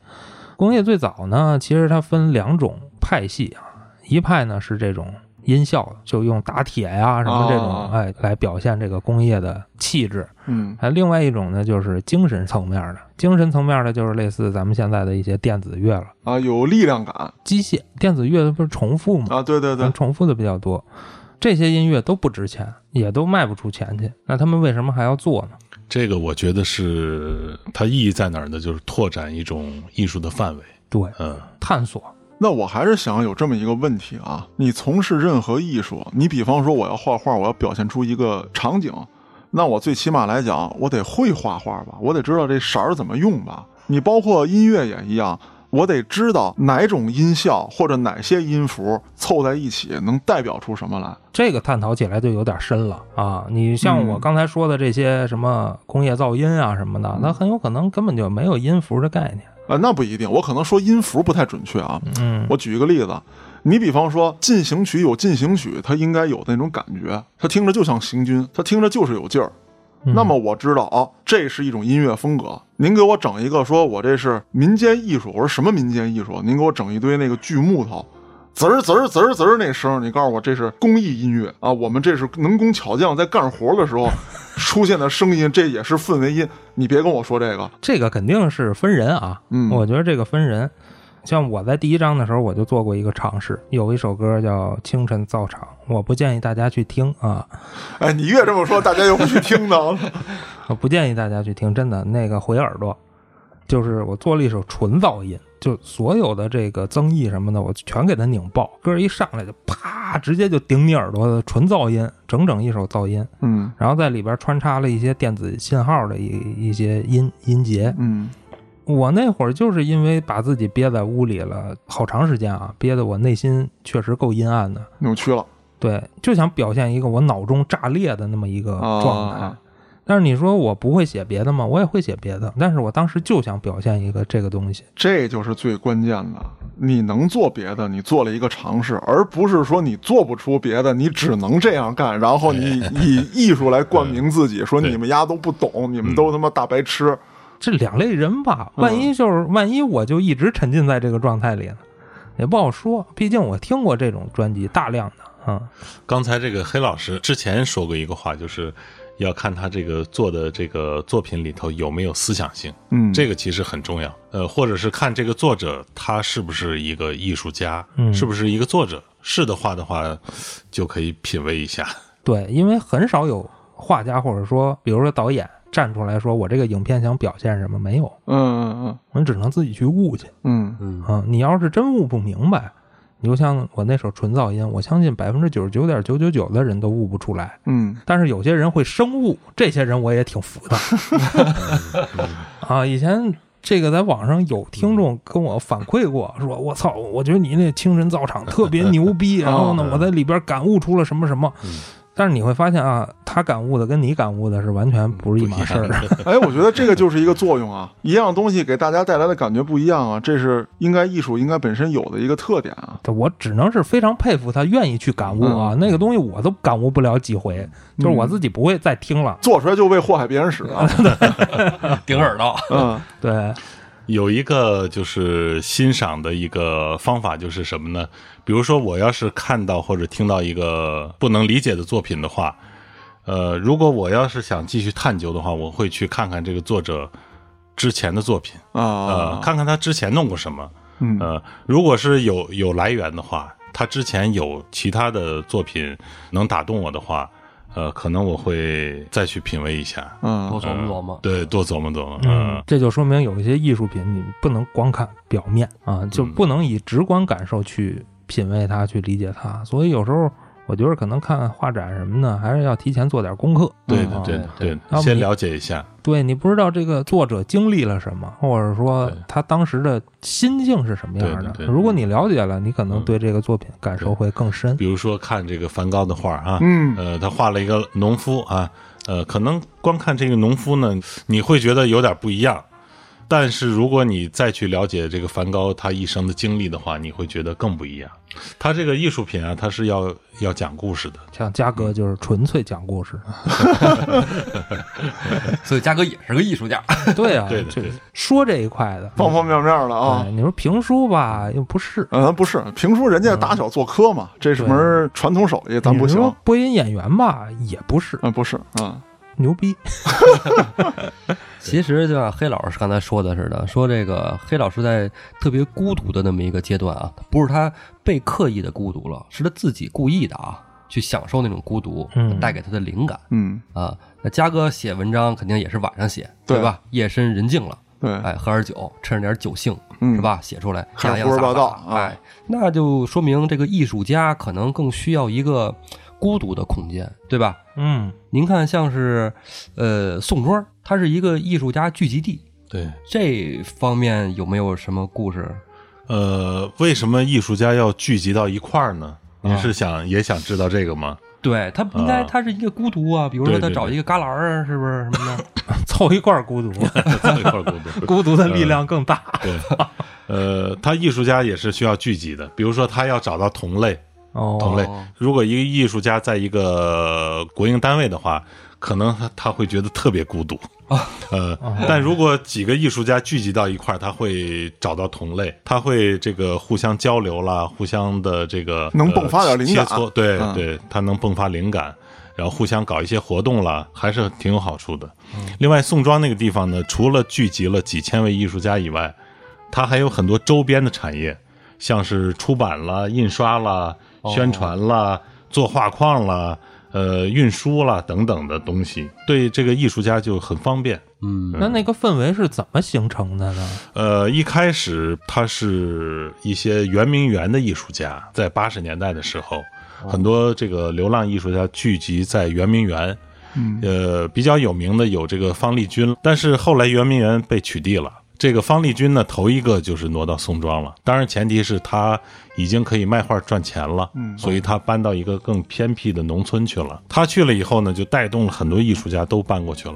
B: 工业最早呢，其实它分两种派系啊，一派呢是这种音效的，就用打铁呀、什么这种、
A: 哦
B: 哎来表现这个工业的气质。
A: 嗯，
B: 还有另外一种呢，就是精神层面的，精神层面的就是类似咱们现在的一些电子乐了，
A: 啊，有力量感
B: 机械电子乐不是重复吗？
A: 啊，对对对
B: 能，重复的比较多。这些音乐都不值钱，也都卖不出钱去，那他们为什么还要做呢？
D: 这个我觉得是它意义在哪儿呢？就是拓展一种艺术的范围。
B: 对，
D: 嗯，
B: 探索，
A: 那我还是想有这么一个问题啊，你从事任何艺术，你比方说我要画画，我要表现出一个场景，那我最起码来讲，我得会画画吧，我得知道这色儿怎么用吧。你包括音乐也一样，我得知道哪种音效或者哪些音符凑在一起能代表出什么来。
B: 这个探讨起来就有点深了啊！你像
A: 嗯
B: 我刚才说的这些什么工业噪音啊什么的，它很有可能根本就没有音符的概念。
A: 呃，那不一定，我可能说音符不太准确啊。
B: 嗯，
A: 我举一个例子，你比方说进行曲有进行曲，它应该有那种感觉，它听着就像行军，它听着就是有劲儿。
B: 嗯
A: 那么我知道哦，这是一种音乐风格。您给我整一个，说我这是民间艺术，我说什么民间艺术？您给我整一堆那个锯木头，滋儿滋儿滋儿滋儿那声儿，你告诉我这是工艺音乐啊？我们这是能工巧匠在干活的时候出现的声音，这也是氛围音。你别跟我说这个，
B: 这个肯定是分人啊。
A: 嗯
B: 我觉得这个分人。像我在第一章的时候，我就做过一个尝试，有一首歌叫《清晨造场》，我不建议大家去听啊，
A: 哎，你越这么说，大家又不去听呢。
B: 我不建议大家去听，真的那个毁耳朵。就是我做了一首纯噪音，就所有的这个增益什么的，我全给它拧爆。歌一上来就啪，直接就顶你耳朵的纯噪音，整整一首噪音，
A: 嗯
B: 然后在里边穿插了一些电子信号的一一些音音节。
A: 嗯
B: 我那会儿就是因为把自己憋在屋里了好长时间啊，憋得我内心确实够阴暗的，
A: 扭曲了。
B: 对，就想表现一个我脑中炸裂的那么一个状态。
A: 啊
B: 但是你说我不会写别的吗？我也会写别的，但是我当时就想表现一个这个东西。
A: 这就是最关键的。你能做别的，你做了一个尝试，而不是说你做不出别的，你只能这样干，然后你
D: 哎
A: 以艺术来冠名自
D: 嗯
A: 己，说你们丫都不懂，你们都他妈大白痴。
B: 这两类人吧，万一就是万一我就一直沉浸在这个状态里呢，也不好说。毕竟我听过这种专辑大量的啊、
D: 刚才这个黑老师之前说过一个话，就是要看他这个做的这个作品里头有没有思想性，
A: 嗯，
D: 这个其实很重要。呃，或者是看这个作者他是不是一个艺术家，
B: 嗯
D: 是不是一个作者。是的话的话，就可以品味一下。
B: 对，因为很少有画家或者说比如说导演站出来说我这个影片想表现什么，没有，
A: 嗯嗯
B: 我只能自己去悟去
A: 嗯
C: 嗯
B: 啊、你要是真悟不明白，你就像我那首纯噪音，我相信百分之九十九点九九九的人都悟不出来。
A: 嗯
B: 但是有些人会生物，这些人我也挺服 的。啊，以前这个在网上有听众跟我反馈过，说我操，我觉得你那清晨造场特别牛 逼，然后呢，我在里边感悟出了什么什么。但是你会发现啊，他感悟的跟你感悟的是完全不是一码事儿。
A: 嗯。哎，我觉得这个就是一个作用啊，一样东西给大家带来的感觉不一样啊，这是应该艺术应该本身有的一个特点啊。
B: 对我只能是非常佩服他愿意去感悟啊，
D: 嗯
B: 那个东西我都感悟不了几回，就是我自己不会再听了。
A: 做出来就为祸害别人使 啊。
C: 顶耳朵，
A: 嗯
B: 对，
D: 有一个就是欣赏的一个方法就是什么呢？比如说，我要是看到或者听到一个不能理解的作品的话，呃，如果我要是想继续探究的话，我会去看看这个作者之前的作品，呃，
A: 啊，
D: 看看他之前弄过什么。
A: 嗯
D: 呃，如果是有有来源的话，他之前有其他的作品能打动我的话，呃，可能我会再去品味一下，
A: 嗯
D: 呃
C: 多琢磨琢磨。
D: 对，多琢磨琢磨。
B: 嗯
D: 嗯，
B: 这就说明有一些艺术品你不能光看表面啊，就
D: 嗯
B: 不能以直观感受去品味它、去理解它。所以有时候我觉得可能看画展什么的，还是要提前做点功课。
D: 对
B: 啊
D: 的，对的，
C: 嗯对
D: 对
B: 那
D: 的，
B: 我
D: 先
B: 们
D: 了解一下。
B: 对你不知道这个作者经历了什么，或者说
D: 对
B: 他当时的心境是什么样
D: 对
B: 的
D: 的。对嗯的
B: 如果你了解了，你可能对这个作品感受会更深。
D: 比如说看这个梵高的画啊，
A: 嗯
D: 呃，他画了一个农夫啊，呃，可能光看这个农夫呢，你会觉得有点不一样。但是如果你再去了解这个梵高他一生的经历的话，你会觉得更不一样。他这个艺术品啊，他是要要讲故事的。
B: 像嘉
D: 嗯
B: 哥就是纯粹讲故事，
C: 所以嘉哥也是个艺术家，
B: 对啊，
D: 对的
B: 就
D: 对的
B: 说这一块的。
A: 方方面面的啊
B: 哎。你说评书吧，又不是，
A: 呃，不是评书，人家打小做科嘛，这是门传统手艺，咱不
B: 嗯你
A: 行
B: 说。播音演员吧，也不是
A: 嗯，不是啊，
B: 牛逼。
C: 其实就像黑老师刚才说的似的，说这个黑老师在特别孤独的那么一个阶段啊，不是他被刻意的孤独了，是他自己故意的啊，去享受那种孤独
B: 嗯
C: 带给他的灵感
A: 嗯，
C: 啊。那嘉哥写文章肯定也是晚上写，
A: 对
C: 对吧？夜深人静了，
A: 对，
C: 哎，喝点酒，趁着点酒兴，
A: 嗯
C: 是吧？写出来
A: 开
C: 洋
A: 始
C: 洋
A: 胡
C: 洒
A: 说八道
C: 洒，
A: 啊
C: 哎，那就说明这个艺术家可能更需要一个孤独的空间，对吧？
B: 嗯，
C: 您看，像是，呃，宋庄，它是一个艺术家聚集地，
D: 对，
C: 这方面有没有什么故事？
D: 呃，为什么艺术家要聚集到一块儿呢？您是想、也想知道这个吗？
C: 对他应该
D: 啊
C: 他是一个孤独啊，比如说
D: 对
C: 他
D: 对
C: 找
D: 对
C: 一个旮旯儿啊，是不是 什么的？
B: 凑一罐孤独，
D: 在一块儿孤独，
B: 孤独的力量更大。
D: 对，呃，他艺术家也是需要聚集的，比如说他要找到同类，同
B: 哦，
D: 类。如果一个艺术家在一个国营单位的话，可能他他会觉得特别孤独
C: 啊。
D: 呃，但如果几个艺术家聚集到一块儿，他会找到同类，他会这个互相交流啦，互相的这个
A: 能
D: 呃
A: 迸发点灵感
D: 切磋对
A: 嗯
D: 对，他能迸发灵感。然后互相搞一些活动啦，还是挺有好处的。另外，宋庄那个地方呢，除了聚集了几千位艺术家以外，它还有很多周边的产业，像是出版啦、印刷啦、宣传啦、做画框啦、呃运输啦等等的东西，对这个艺术家就很方便。
C: 嗯，
B: 那那个氛围是怎么形成的呢？
D: 呃，一开始他是一些圆明园的艺术家，在八十年代的时候，很多这个流浪艺术家聚集在圆明园。
A: 嗯
D: 呃，比较有名的有这个方力钧，但是后来圆明园被取缔了。这个方力钧呢，头一个就是挪到宋庄了，当然前提是他已经可以卖画赚钱了，
A: 嗯
D: 所以他搬到一个更偏僻的农村去了。他去了以后呢，就带动了很多艺术家都搬过去了，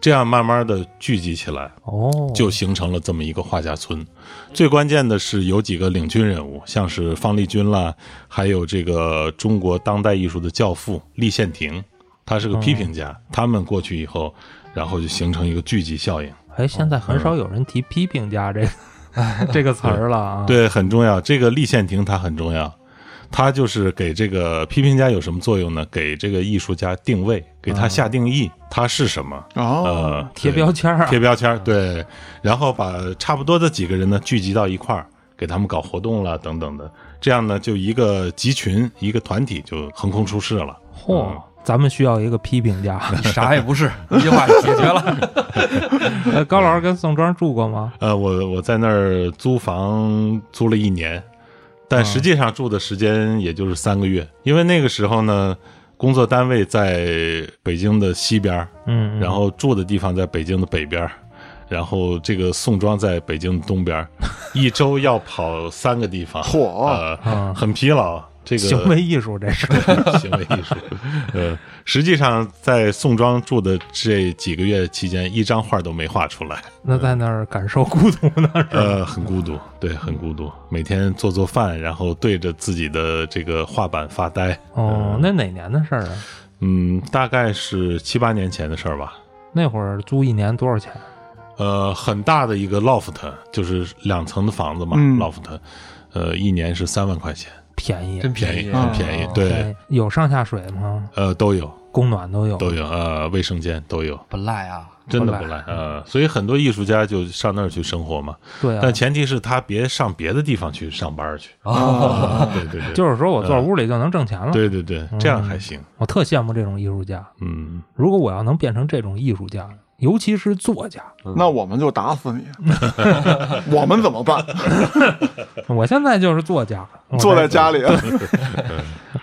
D: 这样慢慢的聚集起来，
B: 哦，
D: 就形成了这么一个画家村。最关键的是有几个领军人物，像是方力钧啦，还有这个中国当代艺术的教父立宪庭，他是个批评
B: 哦
D: 家。他们过去以后，然后就形成一个聚集效应。
B: 哎，现在很少有人提批评家这个 这个词儿了啊。，
D: 对，很重要。这个立宪庭它很重要，它就是给这个批评家有什么作用呢？给这个艺术家定位，给他下定义，他是什么。
A: 哦，
D: 呃，
B: 哦贴
D: 对
B: 标签儿啊
D: 贴标签儿，对，然后把差不多的几个人呢聚集到一块儿，给他们搞活动了等等的，这样呢就一个集群一个团体就横空出世了。嗯
B: 嚯，咱们需要一个批评家。
C: 你啥也不是，一句话解决 了。
D: 嗯
B: 呃，高老师跟宋庄住过吗？
D: 呃，我我在那儿租房租了一年，
B: 嗯
D: 但实际上住的时间也就是三个月，因为那个时候呢，工作单位在北京的西边儿，
B: 嗯，
D: 然后住的地方在北京的北边儿，然后这个宋庄在北京的东边儿，一周要跑三个地方，
A: 嚯
D: 呃
B: 嗯
D: 很疲劳。这个
B: 行为艺术这是
D: 行为艺术，呃，实际上在宋庄住的这几个月期间，一张画都没画出来，
B: 那在那儿感受孤独呢？
D: 呃，很孤独，对，很孤独。每天做做饭，然后对着自己的这个画板发呆。
B: 哦，那哪年的事儿啊？
D: 嗯，大概是七八年前的事儿吧。
B: 那会儿租一年多少钱？
D: 呃，很大的一个 loft，就是两层的房子嘛、
A: 嗯
D: l o f t 呃，一年是三万块钱，
B: 便宜，
C: 真
D: 便宜，
C: 啊
D: 很便宜，对，
B: 哎，有上下水吗？
D: 呃，都有，
B: 供暖都有，
D: 都有，呃，卫生间都有，
C: 不赖啊。
D: 真的
B: 哦不
D: 不
B: 赖
D: 赖，呃，所以很多艺术家就上那儿去生活嘛，
B: 对啊
D: 但。前提是他别上别的地方去上班去，
C: 哦，
D: 啊，对对对，
B: 就是嗯说我坐屋里就能挣钱了，
D: 嗯对对对，这样还行，
B: 我特羡慕这种艺术家。
D: 嗯，
B: 如果我要能变成这种艺术家，尤其是作家，
A: 那我们就打死 你，我们怎么办？
D: 嗯
B: 我现在就是作家，我
A: 坐在家里，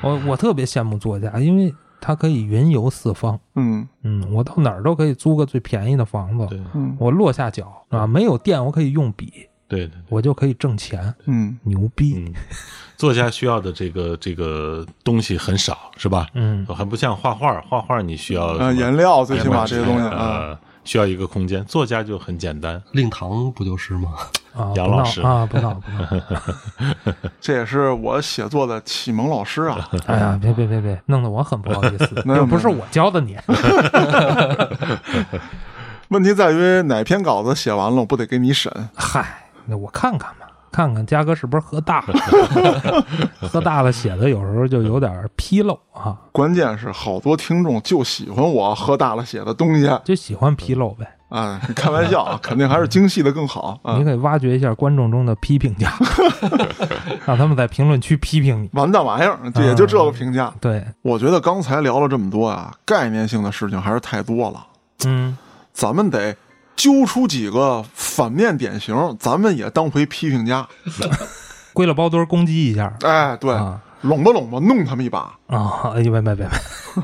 B: 我我特别羡慕作家，因为他可以云游四方。
A: 嗯
B: 嗯，我到哪儿都可以租个最便宜的房子
D: 对，
A: 嗯
B: 我落下脚啊，没有电我可以用笔，
D: 对对，
B: 我就可以挣钱，
A: 嗯，
B: 牛逼。
D: 嗯，作家需要的这个这个东西很少，是吧？
B: 嗯，
D: 还不像画画，画画你需要
A: 呃，
D: 什么
A: 颜料最起码
D: 之
A: 这
D: 类
A: 些东西
D: 的
A: 啊，
D: 呃，需要一个空间。作家就很简单，
C: 令堂不就是吗？
B: 啊，
D: 杨
B: 不
D: 老
B: 闹
D: 师
B: 啊，不闹不 闹。
A: 这也是我写作的启蒙老师 啊。
B: 哎呀，别别别别，弄得我很不好意 思，
A: 没有
B: 又不
A: 没有
B: 是我教 的你。
A: 问题在于哪篇稿子写完了，我不得给你审？
B: 嗨，那我看看吧，看看嘉哥是不是喝大了， 喝大了写的有时候就有点纰漏啊，
A: 关键是好多听众就喜欢我喝大了写的东西，
B: 就喜欢纰漏呗。
A: 啊，开玩笑啊，肯定还是精细的更好啊
B: 你。可以挖掘一下观众中的批 评家，让他们在评论区批评你。
A: 完蛋玩意
B: 嗯
A: 儿，也就这个评价。
B: 对，
A: 我觉得刚才聊了这么多啊，概念性的事情还是太多了，
B: 嗯，
A: 咱们得揪出几个反面典型，咱们也当回批评家。
B: 归了包堆儿攻击一下。
A: 哎，对，
B: 啊，
A: 拢吧拢吧，弄他们一 把。
B: 啊，哎别别别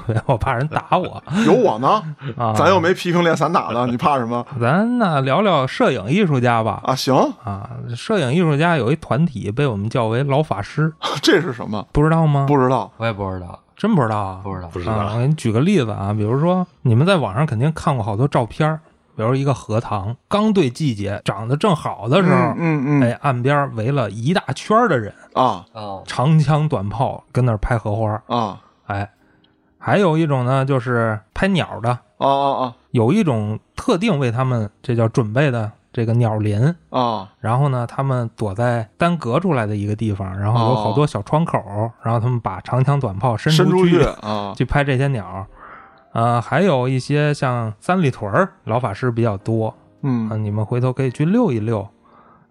B: 别，我怕人打我
A: 有我呢，
B: 啊。
A: 咱又没批评练散打 的，你怕什么
B: 咱那聊聊摄影艺术家吧。
A: 啊？行，
B: 啊，摄影艺术家有一团体被我们叫为老法师，
A: 这是什么？
B: 不知道吗？
A: 不知道
C: 我也不知道，
B: 真不知道啊。
C: 不知道
D: 不知
B: 啊，
D: 道
B: 我给你举个例子啊，比如说你们在网上肯定看过好多照片儿，比如一个荷塘，刚对季节长得正好的时候，
A: 嗯嗯嗯
B: 哎，岸边围了一大圈儿的人，
A: 啊
C: 啊。
B: 长枪短炮跟那儿拍荷花，
A: 啊
B: 哎，还有一种呢就是拍鸟的，
A: 啊啊
B: 有一种特定为他们这叫准备的这个鸟林。
A: 啊啊！
B: 然后呢，他们躲在单隔出来的一个地方，然后有好多小窗口，然后他们把长枪短炮伸
A: 伸
B: 出
A: 出
B: 去
A: 去啊
B: 去拍这些鸟。呃，还有一些像三里屯儿老法师比较多，啊，
A: 嗯，
B: 你们回头可以去溜一溜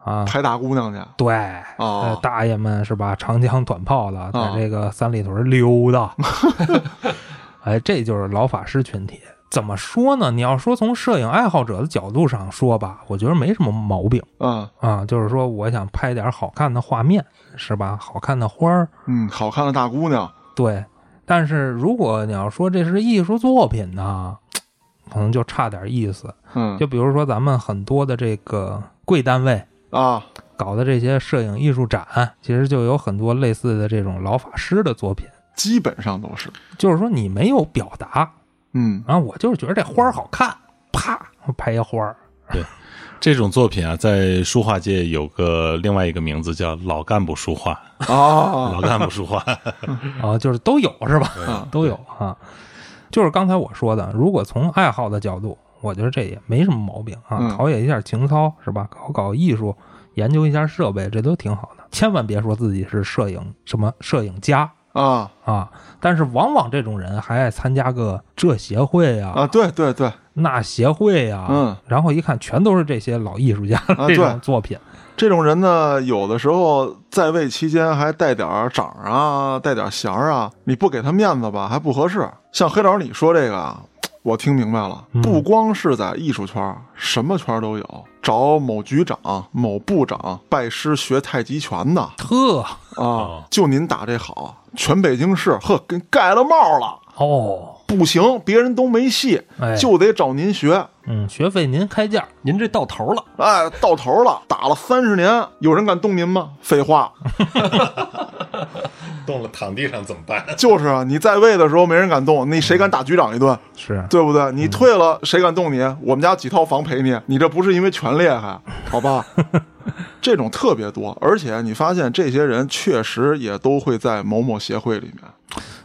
B: 啊。
A: 拍大姑娘去
B: 对，呃
A: 啊，
B: 大爷们是吧？长枪短炮的，
A: 哦
B: 在这个三里屯溜达， 哎，这就是老法师群体。怎么说呢？你要说从摄影爱好者的角度上说吧，我觉得没什么毛病
A: 嗯
B: 啊。就是说，我想拍点好看的画面，是吧？好看的花儿，
A: 嗯，好看的大姑娘
B: 对。但是如果你要说这是艺术作品呢，可能就差点意思。
A: 嗯
B: 就比如说咱们很多的这个贵单位，
A: 啊
B: 搞的这些摄影艺术展，其实就有很多类似的这种老法师的作品。
A: 基本上都是
B: 就是说你没有表达
A: 嗯
B: 啊，我就是觉得这花儿好看，啪拍一花儿
D: 这种作品啊，在书画界有个另外一个名字叫老干部书画，
A: 啊
D: 老干部书画。
B: 啊，就是都有是吧？
A: 啊
B: 都有啊。就是刚才我说的，如果从爱好的角度，我觉得这也没什么毛病啊，
A: 嗯
B: 陶冶一下情操是吧？搞搞艺术，研究一下设备，这都挺好的。千万别说自己是摄影什么摄影家
A: 啊
B: 啊，但是往往这种人还爱参加个这协会啊、
A: 啊！对对对，
B: 那协会啊，
A: 嗯
B: 然后一看全都是这些老艺术家
A: 啊
B: 这
A: 对
B: 种作品。
A: 这种人呢，有的时候在位期间还带点儿掌儿啊，带点儿衔儿啊，你不给他面子吧，还不合适。像黑老师你说这个啊，我听明白了，
B: 嗯
A: 不光是在艺术圈儿，什么圈儿都有，找某局长、某部长拜师学太极拳的
B: 特
A: 啊，就您打这好，全北京市呵，跟盖了帽了，
B: 哦，
A: 不行，别人都没戏，
B: 哎，
A: 就得找您学。
B: 嗯，学费您开价，
C: 您这到头了，
A: 哎，到头了，打了三十年，有人敢动您吗？废话，
D: 动了躺地上怎么办？
A: 就是啊，你在位的时候没人敢动，你谁敢打局长一顿，
B: 是
A: 对不对？你退了，谁敢动你？我们家几套房赔你，你这不是因为权厉害，好吧？ 这种特别多，而且你发现这些人确实也都会在某某协会里面。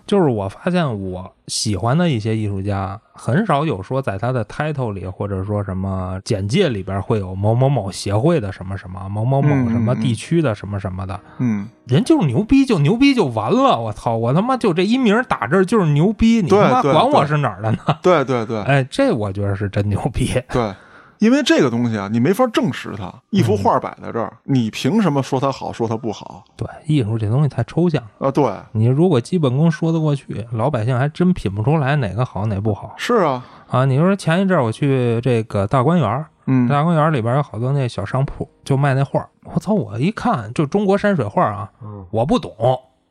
B: 就是我发现我喜欢的一些艺术家，很少有说在他的 title 里或者说什么简介里边会有某某某协会的什么什么，某某某什么地区的什么什么的。
A: 嗯，
B: 人就是牛逼，就牛逼就完了。我操，我他妈就这一名打这儿就是牛逼，你
A: 对
B: 他妈
A: 对
B: 管我
A: 对
B: 是哪儿的呢？
A: 对对对
B: 哎，这我觉得是真牛逼。
A: 对，因为这个东西啊，你没法证实它。一幅画摆在这儿，你凭什么说它好，说它不好？
B: 对，艺术这东西太抽象了，
A: 啊，对，
B: 你如果基本功说得过去，老百姓还真品不出来哪个好哪不好
A: 是啊，
B: 啊。你说前一阵儿我去这个大观园儿，
A: 嗯
B: 大观园里边有好多那小商铺，就卖那画儿。我操！我一看就中国山水画啊，
D: 嗯
B: 我不懂。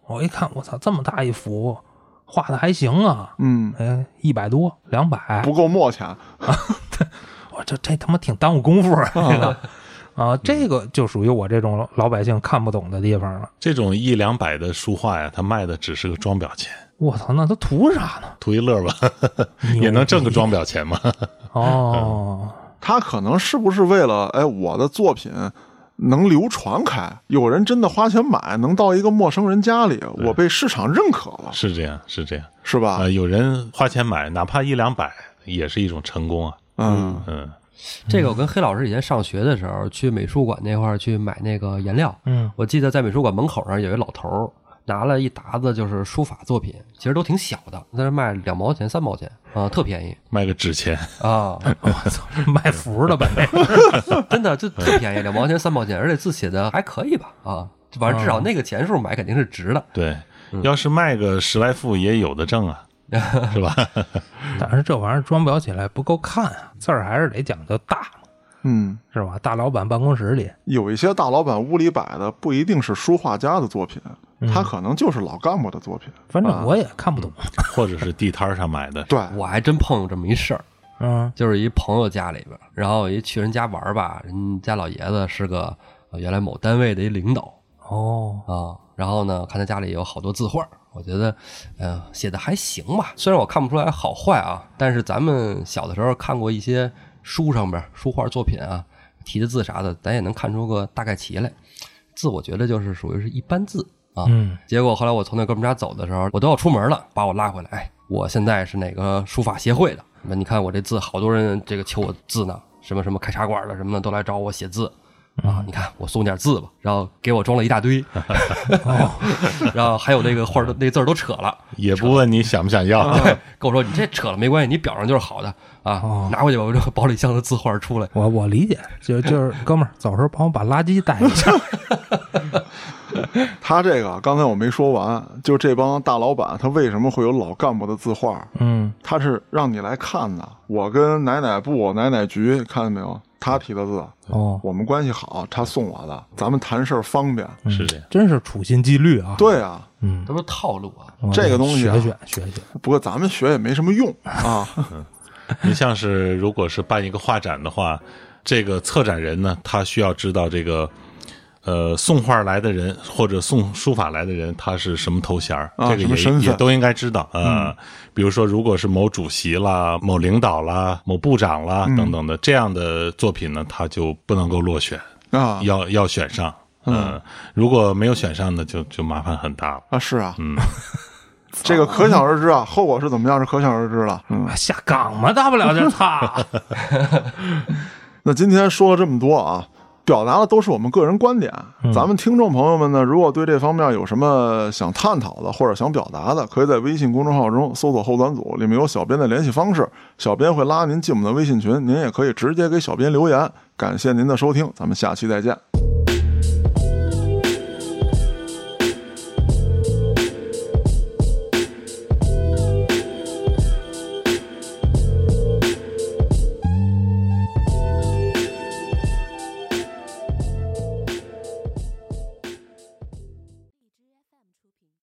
B: 我一看，我操，这么大一幅，画的还行啊，
A: 嗯，
B: 哎，一百多，两百
A: 不，够墨钱。
B: 我这这他妈挺耽误功夫啊，这
D: 嗯
B: 个 啊，这个就属于我这种老百姓看不懂的地方了。
D: 这种一两百的书画呀，他卖的只是个装裱钱，
B: 我操，那都图啥呢？
D: 图一乐 吧，也能挣个装嗯裱钱 嘛。
B: 哦，
A: 他可能是不是为了哎我的作品能流传开，有人真的花钱买，能到一个陌生人家里，我被市场认可了，
D: 是这样，是这样
A: 是吧？
D: 啊、有人花钱买，哪怕一两百，也是一种成功啊。
A: 嗯
D: 嗯，
C: 这个我跟黑老师以前上学的时候，去美术馆那块儿去买那个颜料，
B: 嗯，
C: 我记得在美术馆门口那儿有一老头儿拿了一沓子就是书法作品，其实都挺小的，在那卖两毛钱、三毛钱啊、特便宜
D: 卖个纸 钱，
C: 啊，
B: 我操，卖福的呗，
C: 真的就特便宜，两毛钱、三毛钱，而且字写的还可以吧啊，反正至少那个钱数买肯定是值的。
D: 对，要是卖个十来副也有的挣 啊，是吧？
B: 但是这玩意儿装裱起来不够看啊，字儿还是得讲究大，
A: 嗯，
B: 是吧？大老板办公室里，
A: 有一些大老板屋里摆的不一定是书画家的作品，它可能就是老干部的作品。，
B: 反正我也看不懂。
D: 或者是地摊儿上买的
A: 对，
C: 我还真碰上这么一事儿，
A: 啊
B: 嗯
C: 就是一朋友家里边儿，然后一去人家玩儿吧，人家老爷子是个呃原来某单位的一领导
B: 哦，
C: 啊，然后呢，看他家里有好多字画儿，我觉得，呃，写的还行吧，虽然我看不出来好坏啊，但是咱们小的时候看过一些书上边儿书画作品啊，题的字啥的，咱也能看出个大概齐来，字我觉得就是属于是一般字啊，
B: 嗯
C: 结果后来我从那哥们家走的时候，我都要出门了，把我拉回来。哎，我现在是哪个书法协会的？那你看我这字，好多人这个求我字呢，什么什么开茶馆的什么的都来找我写字啊。你看我送点字吧，然后给我装了一大堆， 然后还有那个画儿的那字儿都扯了。
D: 也不问你想不想要。
A: 啊
C: 跟我说你这扯了没关系，你表上就是好的啊，拿回去吧。我这保里箱的字画出来，
B: 我我理解， 就就是哥们儿，走时候帮我把垃圾带一下。
A: 他这个刚才我没说完，就这帮大老板他为什么会有老干部的字画？
B: 嗯
A: 他是让你来看的。我跟奶奶部、奶奶局看见没有？他提的字，
B: 哦，
A: 我们关系好，他送我的，咱们谈事儿方便。
B: 嗯
D: 是这样，
B: 真是处心积虑啊。
A: 对啊，
B: 嗯，
C: 都是套路啊。
B: 我
A: 这个东西啊
B: 学学学学，
A: 不过咱们学也没什么用 啊。
D: 您像是如果是办一个画展的话，这个策展人呢，他需要知道这个。呃，送画来的人或者送书法来的人，他是什么头衔儿
A: 啊
D: 这个
A: 什么
D: 也
A: 身份嗯
D: 也都应该知道。呃，比如说，如果是某主席啦、某领导啦、某部长啦、
A: 嗯
D: 等等的这样的作品呢，他就不能够落选，
A: 啊
D: 要要选上。嗯，如果没有选上呢，就就麻烦很大了。
A: 啊，是啊，嗯， 这个可想而知啊，后果是怎么样是可想而知了。嗯，
B: 啊下岗嘛，大不了就擦。
A: 那今天说了这么多啊，表达的都是我们个人观点。
B: 嗯
A: 咱们听众朋友们呢，如果对这方面有什么想探讨的或者想表达的，可以在微信公众号中搜索“后端组”，里面有小编的联系方式，小编会拉您进我们的微信群，您也可以直接给小编留言。感谢您的收听，咱们下期再见。